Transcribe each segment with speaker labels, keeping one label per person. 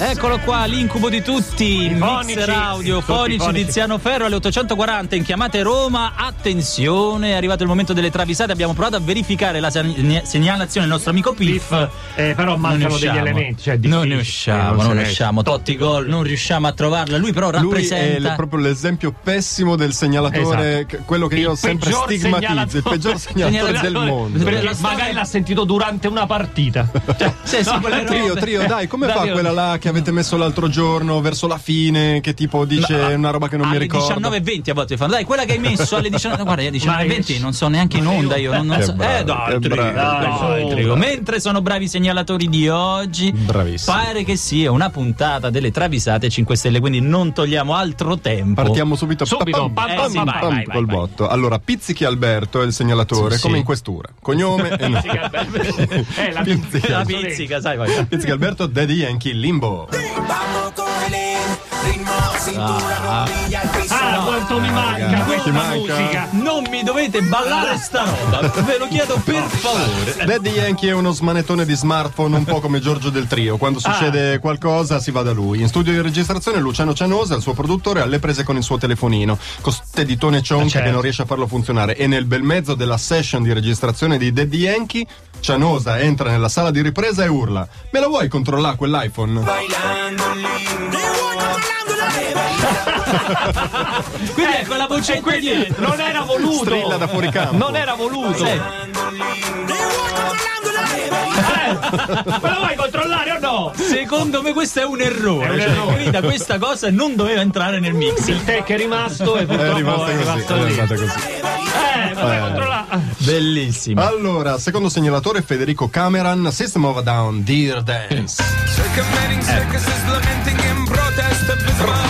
Speaker 1: Eccolo qua, l'incubo di tutti, il
Speaker 2: Fonici.
Speaker 1: mixer audio,
Speaker 2: Tutti
Speaker 1: fonici,
Speaker 2: fonici.
Speaker 1: Tiziano Ferro alle 8.40 in chiamate Roma. Attenzione, è arrivato il momento delle travisate, abbiamo provato a verificare la segna- segnalazione del nostro amico Piff.
Speaker 2: Piff, eh, però mancano
Speaker 1: usciamo.
Speaker 2: degli elementi. Cioè, è
Speaker 1: non ne
Speaker 2: difficile.
Speaker 1: usciamo, non,
Speaker 3: se ne
Speaker 1: ne usciamo. Totti gol, non riusciamo a trovarla. Lui però
Speaker 3: Lui è
Speaker 1: rappresenta. Esatto.
Speaker 3: l- proprio l'esempio pessimo del segnalatore, che- quello che io
Speaker 2: Il
Speaker 3: sempre
Speaker 2: peggior
Speaker 3: stigmatizzo, il
Speaker 2: segnalatore.
Speaker 3: peggior segnalatore del
Speaker 2: Allenatore,
Speaker 3: mondo.
Speaker 2: Perché
Speaker 1: La storia-
Speaker 2: magari l'ha sentito durante una partita. Cioè,
Speaker 1: Sì, sì,
Speaker 2: no,
Speaker 1: quelle
Speaker 2: però-
Speaker 3: Eh, Trio, trio, dai, come fa
Speaker 2: Dario-
Speaker 3: quella là che avete messo l'altro giorno verso la fine? Che tipo dice
Speaker 1: Ma-
Speaker 3: una roba che non mi
Speaker 1: alle
Speaker 3: ricordo?
Speaker 1: 19.20 a volte fanno. Dai, quella che hai messo alle 19. Guarda, io 19.20 non so neanche in onda. Io non, non
Speaker 3: Che
Speaker 1: so. eh,
Speaker 3: bravo,
Speaker 1: dai,
Speaker 3: che
Speaker 1: Trio,
Speaker 3: bravo,
Speaker 1: dai,
Speaker 2: bravo.
Speaker 1: Trio. Mentre sono bravi i segnalatori di oggi,
Speaker 3: Bravissimo.
Speaker 1: pare che sia una puntata delle travisate 5 Stelle. Quindi non togliamo altro tempo.
Speaker 3: Partiamo subito,
Speaker 2: Subito, pam,
Speaker 3: Pam, pam,
Speaker 1: pam,
Speaker 3: pam,
Speaker 1: Eh, vai,
Speaker 3: pam,
Speaker 1: vai,
Speaker 3: col
Speaker 1: vai.
Speaker 3: botto. Allora, Pizzichi Alberto è il segnalatore,
Speaker 1: Sì,
Speaker 3: come
Speaker 1: sì.
Speaker 3: in questura. Cognome e
Speaker 2: Sì, che bello. Eh, la
Speaker 3: Pizzica.
Speaker 1: La pizzica, sai, vai.
Speaker 3: Pizzichi Alberto, Daddy Yankee, Limbo.
Speaker 4: Vamos con el ritmo, cintura, rodilla, al piso.
Speaker 2: Ah, quanto mi manca
Speaker 3: ragazzi,
Speaker 2: questa
Speaker 3: ti manca.
Speaker 2: musica.
Speaker 1: Non mi dovete ballare sta roba, ve lo chiedo per favore.
Speaker 3: Daddy Yankee è uno smanettone di smartphone un po' come Giorgio del Trio. Quando
Speaker 2: Ah.
Speaker 3: succede qualcosa si va da lui. In studio di registrazione Luciano Cianosa, il suo produttore, alle prese con il suo telefonino. Con ste ditone cionche
Speaker 2: certo.
Speaker 3: che non riesce a farlo funzionare. E nel bel mezzo della session di registrazione di Daddy Yankee, Cianosa entra nella sala di ripresa e urla: Me lo vuoi controllare quell'iPhone?
Speaker 4: Bailando lindo.
Speaker 1: Quindi ecco
Speaker 2: Eh,
Speaker 1: la vocetta dietro.
Speaker 2: Non era voluto.
Speaker 3: Strilla da fuori campo.
Speaker 2: Non era voluto.
Speaker 1: Sì.
Speaker 2: Eh, ma lo vuoi controllare o no?
Speaker 1: Secondo me questo è un errore.
Speaker 2: È un
Speaker 1: Cioè,
Speaker 2: errore.
Speaker 1: Grida, questa cosa non doveva entrare nel mix.
Speaker 2: Il tech è rimasto e
Speaker 3: È
Speaker 2: purtroppo
Speaker 3: rimasta così. È
Speaker 2: lì.
Speaker 3: rimasta così.
Speaker 2: Eh, ma vai controllare.
Speaker 1: Bellissimo.
Speaker 3: Allora, secondo segnalatore Federico Cameron, System of a Down, Dear Dance.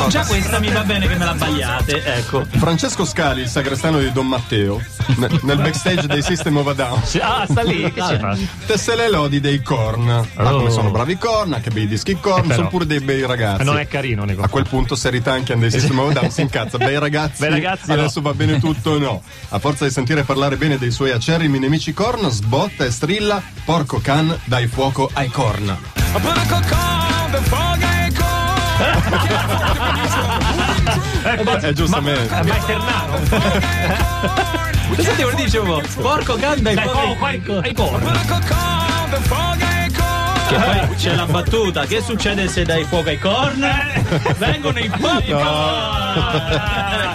Speaker 1: Già questa mi va bene che me la bagliate, ecco.
Speaker 3: Francesco Scali, il sagrestano di Don Matteo, ne- nel backstage dei System of a Down.
Speaker 2: Ah, sta lì, che ci fa?
Speaker 3: Tesse le lodi dei Korn. Ah,
Speaker 2: Oh.
Speaker 3: come sono bravi i Korn, anche bei dischi i Korn,
Speaker 2: Eh, però.
Speaker 3: sono pure dei bei ragazzi.
Speaker 2: Non è carino nei
Speaker 3: A quel punto se ritanchiano dei System of a Down si incazza, bei ragazzi,
Speaker 2: Bei ragazzi,
Speaker 3: adesso va bene tutto, no. A forza di sentire parlare bene dei suoi acerrimi nemici Korn, sbotta e strilla, porco can, dai fuoco ai Korn. È Eh, giustamente.
Speaker 2: Eh, Ma è Ternano.
Speaker 1: Senti come dicevo, porco ganda e
Speaker 2: Dai,
Speaker 1: porco-
Speaker 2: oh, qua i- ai corni.
Speaker 1: Che poi c'è la battuta, che succede se dai fuoco ai corn? Vengono i porco.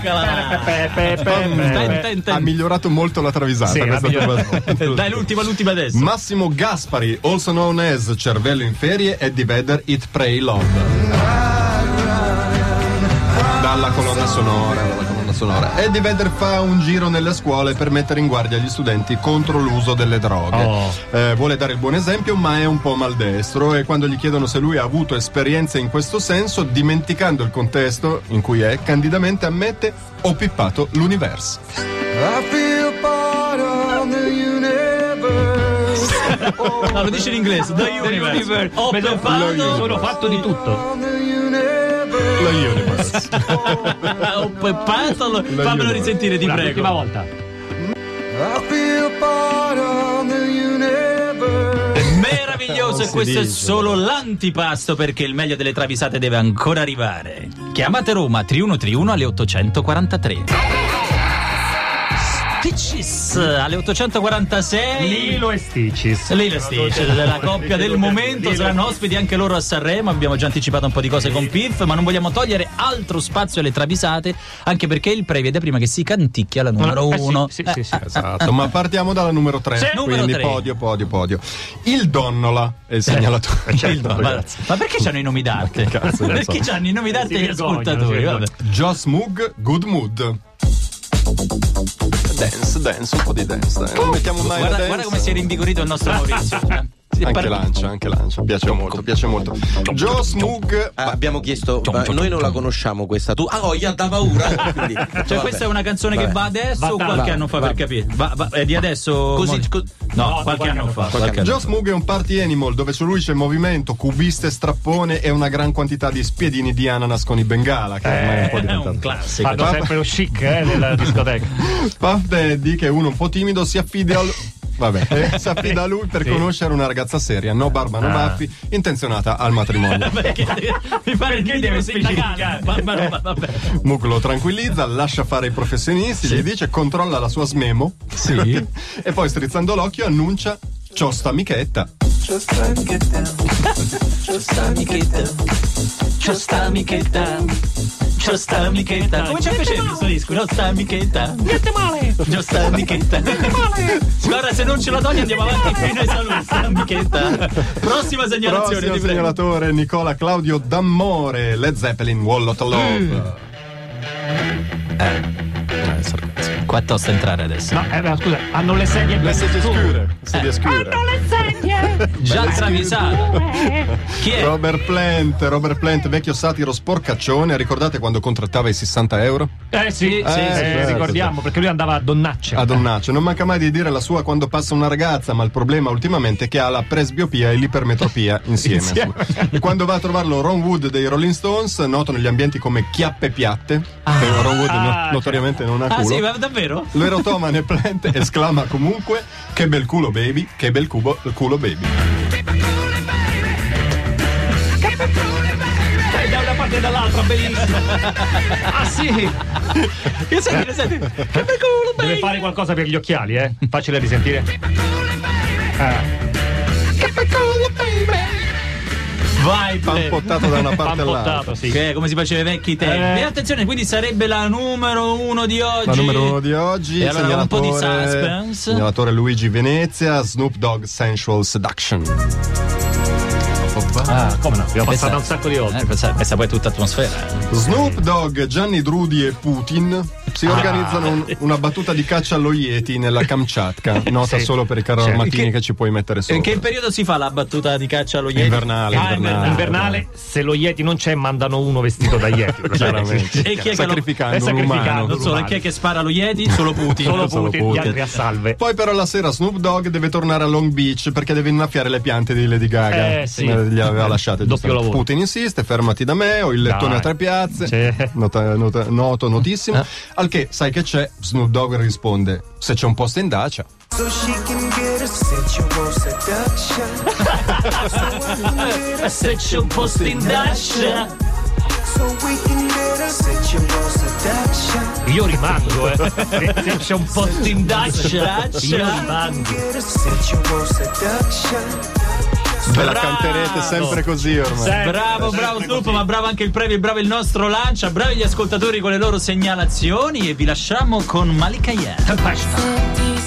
Speaker 1: Eccola. Ten, ten, ten.
Speaker 3: Ha migliorato molto la travisata.
Speaker 2: eh, Sì,
Speaker 3: questa
Speaker 2: ha migliorato.
Speaker 3: travisata.
Speaker 1: Dai l'ultima, l'ultima adesso.
Speaker 3: Massimo Gaspari, also known as Cervello in Ferie, e di Vedder It Pray Love. Dalla colonna sonora, dalla colonna sonora. Eddie Vedder fa un giro nelle scuole per mettere in guardia gli studenti contro l'uso delle droghe.
Speaker 2: Oh.
Speaker 3: Eh, vuole dare il buon esempio, ma è un po' maldestro e quando gli chiedono se lui ha avuto esperienze in questo senso, dimenticando il contesto in cui è, candidamente ammette ho pippato l'universo.
Speaker 1: No, lo dice in inglese. The universe. Ho
Speaker 2: Mi sono fatto,
Speaker 1: peppato.
Speaker 2: sono fatto di tutto.
Speaker 3: La universe.
Speaker 1: Ho peppato. lo- Fammelo
Speaker 3: universe.
Speaker 1: risentire, ti
Speaker 2: La
Speaker 1: prego.
Speaker 2: prima volta.
Speaker 1: Meraviglioso e questo è solo l'antipasto perché il meglio delle travisate deve ancora arrivare. Chiamate Roma 3131 alle 843. Stitches alle 846.
Speaker 2: Lilo e Stitches.
Speaker 1: Lilo e Stitch, la coppia del momento, saranno ospiti anche loro a Sanremo. Abbiamo già anticipato un po' di cose con Piff, ma non vogliamo togliere altro spazio alle travisate, anche perché il prevede prima che si canticchia la numero
Speaker 2: Eh, sì,
Speaker 1: 1.
Speaker 2: sì, sì, sì.
Speaker 3: Esatto, ma partiamo dalla numero 3.
Speaker 1: Sì,
Speaker 3: quindi
Speaker 1: numero tre.
Speaker 3: podio, podio, podio. Il Donnola è il segnalatore.
Speaker 1: Il- ma, ma perché c'hanno i nomi d'arte?
Speaker 3: Cazzo, ne so.
Speaker 1: perché c'hanno i nomi d'arte
Speaker 2: Si
Speaker 1: gli
Speaker 2: vergognano, si
Speaker 1: ascoltatori? Vabbè.
Speaker 2: vergognano.
Speaker 3: Joss Moog, Good Mood. Dance, dance, un po' di dance. dai. Non mettiamo mai la
Speaker 1: Guarda,
Speaker 3: dance.
Speaker 1: guarda come si è rinvigorito il nostro Maurizio. Si è
Speaker 3: Anche
Speaker 1: partito.
Speaker 3: lancia, anche lancia. Piace molto, piace molto. Joss Moog.
Speaker 5: Ah, abbiamo chiesto, ma noi non la conosciamo questa. Tu, ah, oh, gli ha da paura. Quindi,
Speaker 1: Cioè,
Speaker 5: vabbè.
Speaker 1: questa è una canzone che
Speaker 5: Vabbè.
Speaker 1: va adesso
Speaker 2: Va-
Speaker 1: o qualche
Speaker 5: va-
Speaker 1: anno fa
Speaker 5: va-
Speaker 1: per capire? Va- va- è di adesso?
Speaker 5: Così-
Speaker 1: Maurizio?
Speaker 5: co-
Speaker 1: no,
Speaker 2: no,
Speaker 1: qualche, anno fa. qualche anno
Speaker 3: Joss Moog è un party animal dove su lui c'è movimento, cubiste, strappone e una gran quantità di spiedini di ananas con i bengala, che ormai Eh, è un po'
Speaker 2: Eh.
Speaker 1: fa. È
Speaker 3: diventato.
Speaker 1: un classico.
Speaker 2: Fanno sempre lo chic eh, della discoteca.
Speaker 3: Puff Daddy, che è uno un po' timido, si affida al. Vabbè, eh, si affida a lui per conoscere una ragazza seria, no barba, no baffi, intenzionata al matrimonio.
Speaker 1: Perché mi pare che deve sindacare. Ma, ma, ma, vabbè.
Speaker 3: Mug lo tranquillizza, lascia fare i professionisti, gli dice controlla la sua smemo.
Speaker 1: Sì.
Speaker 3: e poi strizzando l'occhio annuncia ciò sta michetta.
Speaker 4: Just let me get down. Just let me get down.
Speaker 1: C'ho sta amichetta. C'ho sta amichetta. Come ci piaceva questo disco? C'ho sta amichetta. Niente male. C'ho sta amichetta. Niente male. Guarda, se non ce la togli andiamo avanti fino ai saluti. Sta amichetta. Prossima segnalazione,
Speaker 3: Prossimo
Speaker 1: ti prego.
Speaker 3: segnalatore Nicola Claudio D'Amore, Led Zeppelin, Wall of Love.
Speaker 1: Eh, 4 tosta entrare adesso.
Speaker 2: No, eh, beh, scusa, hanno le sedie
Speaker 3: Le sedie scure, sedie scure.
Speaker 6: Hanno le sedie
Speaker 1: Già travisata.
Speaker 6: due.
Speaker 1: Chi è?
Speaker 3: Robert Plant, Robert Plant, vecchio satiro sporcaccione, ricordate quando contrattava i 60 euro?
Speaker 2: Eh sì,
Speaker 1: Eh,
Speaker 2: sì, sì,
Speaker 3: certo.
Speaker 2: ricordiamo, perché lui andava a donnacce.
Speaker 3: A donnaccio, non manca mai di dire la sua quando passa una ragazza, ma il problema ultimamente è che ha la presbiopia e l'ipermetropia insieme.
Speaker 2: Insieme.
Speaker 3: insomma. E quando va a trovarlo Ron Wood dei Rolling Stones, noto negli ambienti come chiappe piatte, che Ron Wood no-
Speaker 2: Ah,
Speaker 3: notoriamente non ha
Speaker 1: Ah,
Speaker 3: culo.
Speaker 1: sì, ma davvero?
Speaker 3: L'erotomane Plant esclama comunque che bel culo baby, che bel cubo, culo baby.
Speaker 2: Eh, da una parte e dall'altra, benissimo. ah sì,
Speaker 1: Che senti, che senti? Che bel culo,
Speaker 2: deve
Speaker 1: baby.
Speaker 2: fare qualcosa per gli occhiali, eh. Facile risentire. Eh,
Speaker 1: Vai, Peppe.
Speaker 3: Pampottato da una parte all'altra.
Speaker 2: pampottato, sì.
Speaker 1: Che è come si faceva ai vecchi tempi.
Speaker 2: Eh.
Speaker 1: E attenzione, quindi sarebbe la numero uno di oggi.
Speaker 3: La numero uno di oggi,
Speaker 1: E allora un po' di
Speaker 3: segnalatore-
Speaker 1: suspense.
Speaker 3: Segnalatore Luigi Venezia, Snoop Dogg Sensual Seduction.
Speaker 2: Ah, come no? Abbiamo
Speaker 1: Questa-
Speaker 2: passato un sacco di volte.
Speaker 1: Eh, questa, questa poi è tutta atmosfera. eh.
Speaker 3: Snoop Dogg, Gianni Drudi e Putin
Speaker 1: Ah,
Speaker 3: si organizzano un- una battuta di caccia allo Yeti nella Kamchatka, nota
Speaker 2: Sì.
Speaker 3: solo per i carro armatini che,
Speaker 1: Certo. che-
Speaker 3: ci puoi mettere sopra.
Speaker 1: In che periodo si fa la battuta di caccia allo Yeti?
Speaker 3: Invernale,
Speaker 2: Ah, invernale.
Speaker 3: invernale.
Speaker 2: invernale, se lo Yeti non c'è, mandano uno vestito da Yeti.
Speaker 3: Chiaramente.
Speaker 1: E chi è che lo-
Speaker 3: sacrificando
Speaker 2: è
Speaker 3: un
Speaker 2: sacrificando.
Speaker 3: umano.
Speaker 1: Non so, e chi è che spara allo Yeti? Solo Putin.
Speaker 2: Solo
Speaker 3: Solo
Speaker 2: Putin, gli
Speaker 3: Putin.
Speaker 2: altri a salve.
Speaker 3: Poi però la sera Snoop Dogg deve tornare a Long Beach perché deve innaffiare le piante di Lady Gaga.
Speaker 2: Eh, sì.
Speaker 3: Come Gli aveva lasciate.
Speaker 2: Doppio
Speaker 3: giustamente.
Speaker 2: lavoro.
Speaker 3: Putin insiste, fermati da me, ho il lettone
Speaker 2: Dai.
Speaker 3: a tre piazze.
Speaker 2: Sì. Eh.
Speaker 3: Nota- nota- noto, notissimo. Al che sai che c'è, Snoop Dogg risponde, se c'è un posto in Dacia.
Speaker 4: So she can get a sensual seduction.
Speaker 1: Se c'è un posto in Dacia.
Speaker 4: So we can get a sensual seduction.
Speaker 2: Io rimango, eh. Se- se c'è un po'
Speaker 1: Posto in Dacia.
Speaker 2: Io
Speaker 1: Dacia.
Speaker 2: rimango.
Speaker 4: Get a sensual seduction.
Speaker 3: Ve la
Speaker 1: Bravo.
Speaker 3: canterete sempre così ormai.
Speaker 2: Sempre,
Speaker 1: Bravo,
Speaker 2: sempre
Speaker 1: bravo Snoop,
Speaker 2: così.
Speaker 1: ma bravo anche il Previ, bravo il nostro Lancia, bravi gli ascoltatori con le loro segnalazioni e vi lasciamo con Malika Yen.
Speaker 2: Basta.
Speaker 7: These